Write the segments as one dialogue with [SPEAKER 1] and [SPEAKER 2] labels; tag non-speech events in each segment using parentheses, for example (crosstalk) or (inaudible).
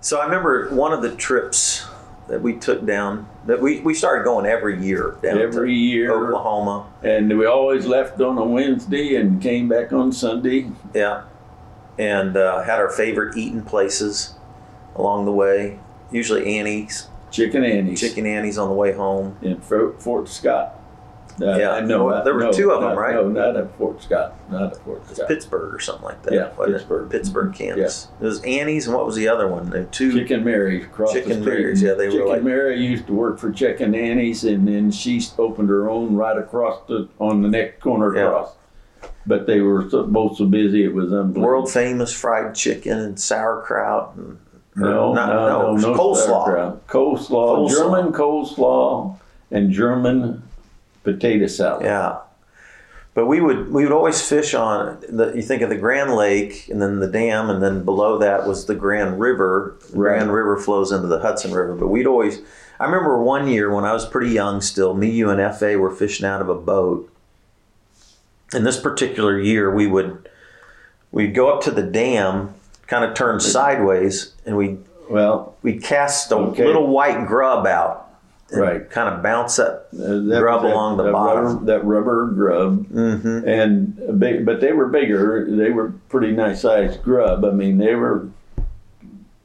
[SPEAKER 1] So I remember one of the trips that we took down that we, we started going every year down
[SPEAKER 2] Every
[SPEAKER 1] to
[SPEAKER 2] year.
[SPEAKER 1] Oklahoma.
[SPEAKER 2] And we always left on a Wednesday and came back on Sunday.
[SPEAKER 1] Yeah. And uh, had our favorite eating places along the way. Usually Annie's,
[SPEAKER 2] Chicken Annie's
[SPEAKER 1] Chicken Annie's on the way home.
[SPEAKER 2] in Fort, Fort Scott. Uh,
[SPEAKER 1] Yeah.
[SPEAKER 2] I know.
[SPEAKER 1] Well, there were
[SPEAKER 2] no,
[SPEAKER 1] two of them,
[SPEAKER 2] not-
[SPEAKER 1] right?
[SPEAKER 2] No, not at Fort Scott. Not at Fort Scott.
[SPEAKER 1] Pittsburgh or something like that.
[SPEAKER 2] Yeah,
[SPEAKER 1] wasn't it?
[SPEAKER 2] Pittsburgh. Mm-hmm.
[SPEAKER 1] Pittsburgh, Kansas. It was Annie's and what was the other one? There were two
[SPEAKER 2] Chicken Mary's across the
[SPEAKER 1] Chicken
[SPEAKER 2] street.
[SPEAKER 1] Mary's, yeah, they were
[SPEAKER 2] Chicken
[SPEAKER 1] like-
[SPEAKER 2] Mary used to work for Chicken Annie's, and then she opened her own right across the on the next corner
[SPEAKER 1] Yeah.
[SPEAKER 2] across. But they were so, both so busy it was unbelievable.
[SPEAKER 1] world famous fried chicken and sauerkraut and
[SPEAKER 2] no,
[SPEAKER 1] not-
[SPEAKER 2] no,
[SPEAKER 1] no, it
[SPEAKER 2] no,
[SPEAKER 1] was
[SPEAKER 2] no
[SPEAKER 1] coleslaw.
[SPEAKER 2] sauerkraut. coleslaw,
[SPEAKER 1] Coleslaw.
[SPEAKER 2] German coleslaw, and German potato salad.
[SPEAKER 1] Yeah. But we would we would always fish on the you think of the Grand Lake and then the dam and then below that was the Grand River. The
[SPEAKER 2] Right.
[SPEAKER 1] Grand River flows into the Hudson River, but we'd always I remember one year when I was pretty young still, me, you and FA were fishing out of a boat. And this particular year we would we'd go up to the dam, kind of turn sideways, and we
[SPEAKER 2] Well,
[SPEAKER 1] we'd cast a
[SPEAKER 2] Okay.
[SPEAKER 1] little white grub out. and
[SPEAKER 2] Right.
[SPEAKER 1] Kind of bounce up
[SPEAKER 2] uh, that
[SPEAKER 1] Grub
[SPEAKER 2] was that-
[SPEAKER 1] along the
[SPEAKER 2] that
[SPEAKER 1] bottom. Mm-hmm.
[SPEAKER 2] rubber- that rubber grub, and big, but they were bigger. They were pretty nice sized grub. I mean, they were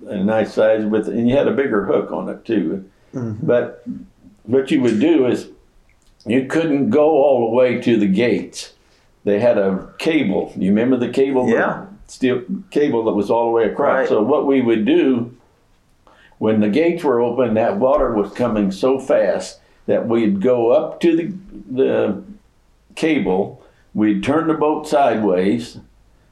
[SPEAKER 2] a nice size with, and you had a bigger hook on it too.
[SPEAKER 1] Mm-hmm.
[SPEAKER 2] But what you would do is, you couldn't go all the way to the gates. They had a cable. You remember the cable?
[SPEAKER 1] Yeah.
[SPEAKER 2] Steel cable that was all the way across.
[SPEAKER 1] Right.
[SPEAKER 2] So what we would do when the gates were open, that water was coming so fast that we'd go up to the the cable, we'd turn the boat sideways,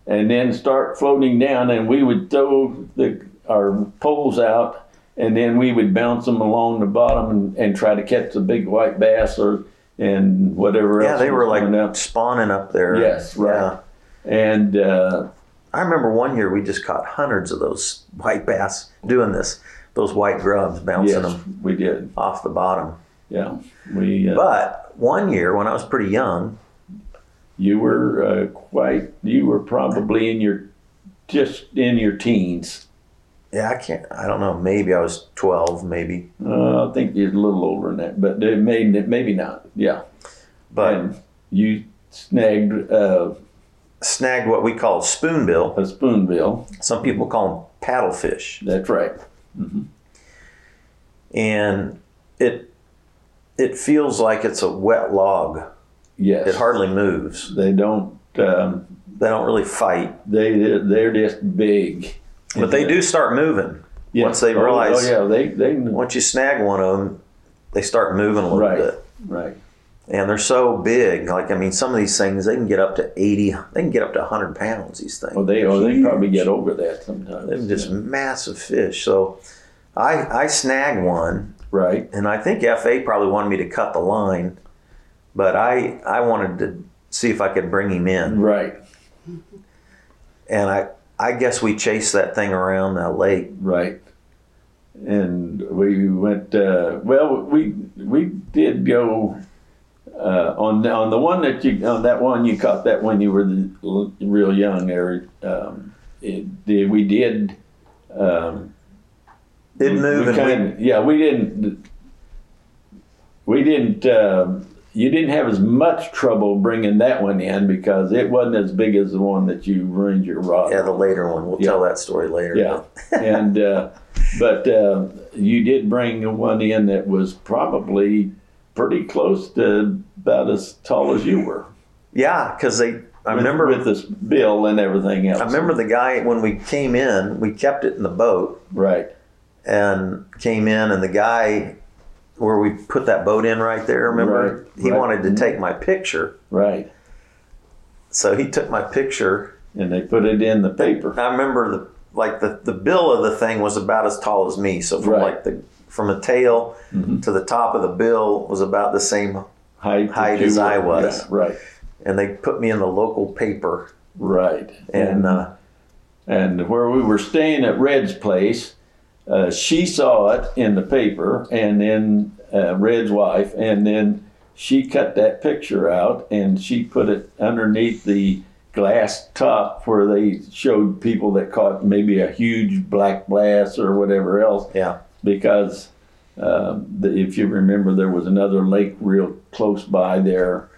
[SPEAKER 2] and then start floating down, and we would throw the our poles out, and then we would bounce them along the bottom and, and try to catch the big white bass or and whatever
[SPEAKER 1] Yeah,
[SPEAKER 2] else.
[SPEAKER 1] they
[SPEAKER 2] was
[SPEAKER 1] were like
[SPEAKER 2] coming up.
[SPEAKER 1] spawning up there.
[SPEAKER 2] Yes,
[SPEAKER 1] Yeah.
[SPEAKER 2] right. And uh,
[SPEAKER 1] I remember one year we just caught hundreds of those white bass doing this, those white grubs bouncing
[SPEAKER 2] yes,
[SPEAKER 1] them
[SPEAKER 2] we did.
[SPEAKER 1] off the bottom.
[SPEAKER 2] Yeah, we. Uh,
[SPEAKER 1] But one year when I was pretty young,
[SPEAKER 2] you were uh, quite. You were probably in your just in your teens.
[SPEAKER 1] yeah, I can't, I don't know, maybe I was 12, maybe.
[SPEAKER 2] Uh, I think you're a little older than that, but they may, maybe not. Yeah.
[SPEAKER 1] But
[SPEAKER 2] And you snagged uh,
[SPEAKER 1] snagged what we call spoonbill.
[SPEAKER 2] a spoonbill.
[SPEAKER 1] Some people call them paddlefish.
[SPEAKER 2] That's right.
[SPEAKER 1] And it, it feels like it's a wet log.
[SPEAKER 2] Yes.
[SPEAKER 1] It hardly moves.
[SPEAKER 2] They don't. Um,
[SPEAKER 1] They don't really fight,
[SPEAKER 2] they they're just big.
[SPEAKER 1] but they do start moving
[SPEAKER 2] Yeah.
[SPEAKER 1] once they
[SPEAKER 2] Oh,
[SPEAKER 1] realize
[SPEAKER 2] Oh, yeah. They they
[SPEAKER 1] once you snag one of them, they start moving a little
[SPEAKER 2] right
[SPEAKER 1] bit.
[SPEAKER 2] right.
[SPEAKER 1] And they're so big. Like, I mean, some of these things, they can get up to 80, they can get up to 100 pounds, these things.
[SPEAKER 2] Well, they oh they probably get over that sometimes.
[SPEAKER 1] They're just
[SPEAKER 2] Yeah.
[SPEAKER 1] massive fish. So I, I snagged one,
[SPEAKER 2] right.
[SPEAKER 1] and I think FA probably wanted me to cut the line, but I, I wanted to see if I could bring him in.
[SPEAKER 2] Right.
[SPEAKER 1] And I, I guess we chased that thing around the lake.
[SPEAKER 2] Right. And we went. Uh, well, we we did go uh, on the, on the one that you on that one you caught that when you were the, l- real young there. Um, it, the, we did. Um,
[SPEAKER 1] It moved,
[SPEAKER 2] we
[SPEAKER 1] and we-
[SPEAKER 2] kinda- yeah, we didn't. We didn't. um you didn't have as much trouble bringing that one in because it wasn't as big as the one that you ruined your rod.
[SPEAKER 1] yeah,
[SPEAKER 2] on.
[SPEAKER 1] the later one. We'll
[SPEAKER 2] Yeah.
[SPEAKER 1] tell that story later.
[SPEAKER 2] Yeah, and uh, but uh, you did bring one in that was probably pretty close to about as tall as you were.
[SPEAKER 1] Yeah, because they, I remember
[SPEAKER 2] with this bill and everything else.
[SPEAKER 1] I remember the guy when we came in, we kept it in the boat
[SPEAKER 2] right?
[SPEAKER 1] and came in, and the guy where we put that boat in right there, remember?
[SPEAKER 2] Right,
[SPEAKER 1] he
[SPEAKER 2] right.
[SPEAKER 1] wanted to take my picture.
[SPEAKER 2] Right,
[SPEAKER 1] So he took my picture.
[SPEAKER 2] and they put it in the paper.
[SPEAKER 1] I remember the like the, the bill of the thing was about as tall as me. So from
[SPEAKER 2] Right. Mm-hmm.
[SPEAKER 1] like the from a tail to the top of the bill was about the same
[SPEAKER 2] Height, that
[SPEAKER 1] Height
[SPEAKER 2] you
[SPEAKER 1] as I
[SPEAKER 2] were.
[SPEAKER 1] was.
[SPEAKER 2] Yeah, right,
[SPEAKER 1] and they put me in the local paper
[SPEAKER 2] right,
[SPEAKER 1] and uh,
[SPEAKER 2] and where we were staying at Red's place, uh, she saw it in the paper, and then uh, Red's wife, and then she cut that picture out and she put it underneath the glass top where they showed people that caught maybe a huge black bass or whatever else
[SPEAKER 1] Yeah.
[SPEAKER 2] because uh, the, if you remember there was another lake real close by there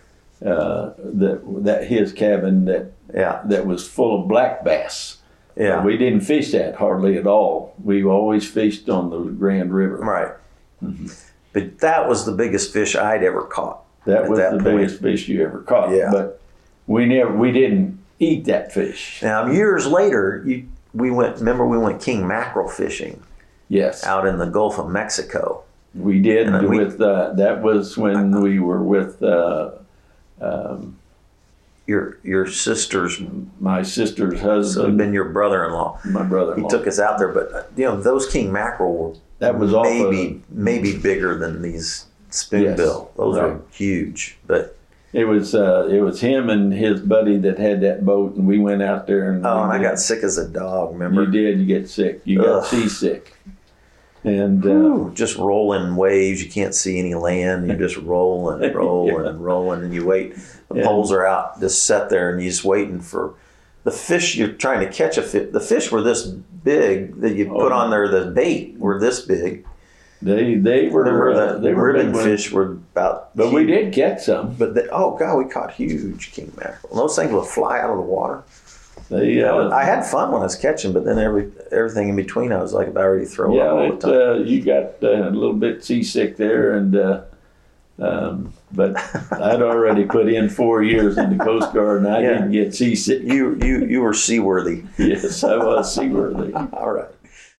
[SPEAKER 2] uh, that that his cabin that
[SPEAKER 1] Yeah.
[SPEAKER 2] that was full of black bass
[SPEAKER 1] Yeah.
[SPEAKER 2] we didn't fish that hardly at all we always fished on the grand river
[SPEAKER 1] right.
[SPEAKER 2] Mm-hmm.
[SPEAKER 1] But that was the biggest fish I'd ever caught.
[SPEAKER 2] that
[SPEAKER 1] At
[SPEAKER 2] was
[SPEAKER 1] that
[SPEAKER 2] the
[SPEAKER 1] point.
[SPEAKER 2] biggest fish you ever caught
[SPEAKER 1] Yeah.
[SPEAKER 2] but we never we didn't eat that fish
[SPEAKER 1] Now years later, you we went. Remember, we went king mackerel fishing
[SPEAKER 2] yes
[SPEAKER 1] out in the Gulf of Mexico.
[SPEAKER 2] We did
[SPEAKER 1] And then we-
[SPEAKER 2] with uh, that was when we were with uh,
[SPEAKER 1] Your your sister's
[SPEAKER 2] my sister's
[SPEAKER 1] would have
[SPEAKER 2] husband,
[SPEAKER 1] been your brother-in-law.
[SPEAKER 2] my brother.
[SPEAKER 1] He took us out there, but uh, you know those king mackerel were
[SPEAKER 2] that was off
[SPEAKER 1] maybe
[SPEAKER 2] of,
[SPEAKER 1] maybe bigger than these spoonbill. Those
[SPEAKER 2] right.
[SPEAKER 1] are huge, but
[SPEAKER 2] it was uh, it was him and his buddy that had that boat, and we went out there and
[SPEAKER 1] oh,
[SPEAKER 2] we
[SPEAKER 1] and I
[SPEAKER 2] did-
[SPEAKER 1] got sick as a dog. Remember,
[SPEAKER 2] you did you get sick, you got
[SPEAKER 1] Ugh.
[SPEAKER 2] seasick, and uh,
[SPEAKER 1] Whew, just rolling waves. You can't see any land. You
[SPEAKER 2] (laughs)
[SPEAKER 1] just roll and roll and rolling, and you wait. The
[SPEAKER 2] Yeah.
[SPEAKER 1] poles are out. Just sit there, and you're just waiting for the fish. You're trying to catch a fish. The fish were this big that you put
[SPEAKER 2] Oh.
[SPEAKER 1] on there. The bait were this big.
[SPEAKER 2] they they were
[SPEAKER 1] They were
[SPEAKER 2] uh,
[SPEAKER 1] the
[SPEAKER 2] they were big
[SPEAKER 1] ribbon
[SPEAKER 2] ones.
[SPEAKER 1] fish were about.
[SPEAKER 2] but we
[SPEAKER 1] huge.
[SPEAKER 2] did catch some.
[SPEAKER 1] But the, oh god, we caught huge king mackerel. Those things would fly out of the water.
[SPEAKER 2] They,
[SPEAKER 1] I
[SPEAKER 2] uh,
[SPEAKER 1] was- I had fun when I was catching, but then every everything in between, I was like about ready to throw up
[SPEAKER 2] yeah,
[SPEAKER 1] all the
[SPEAKER 2] it,
[SPEAKER 1] time.
[SPEAKER 2] uh, you got uh, a little bit seasick there, and uh, um,
[SPEAKER 1] (laughs)
[SPEAKER 2] but I'd already put in four years in the Coast Guard, and I
[SPEAKER 1] Yeah.
[SPEAKER 2] didn't get seasick. (laughs)
[SPEAKER 1] you you you were seaworthy.
[SPEAKER 2] Yes, I was seaworthy.
[SPEAKER 1] All right.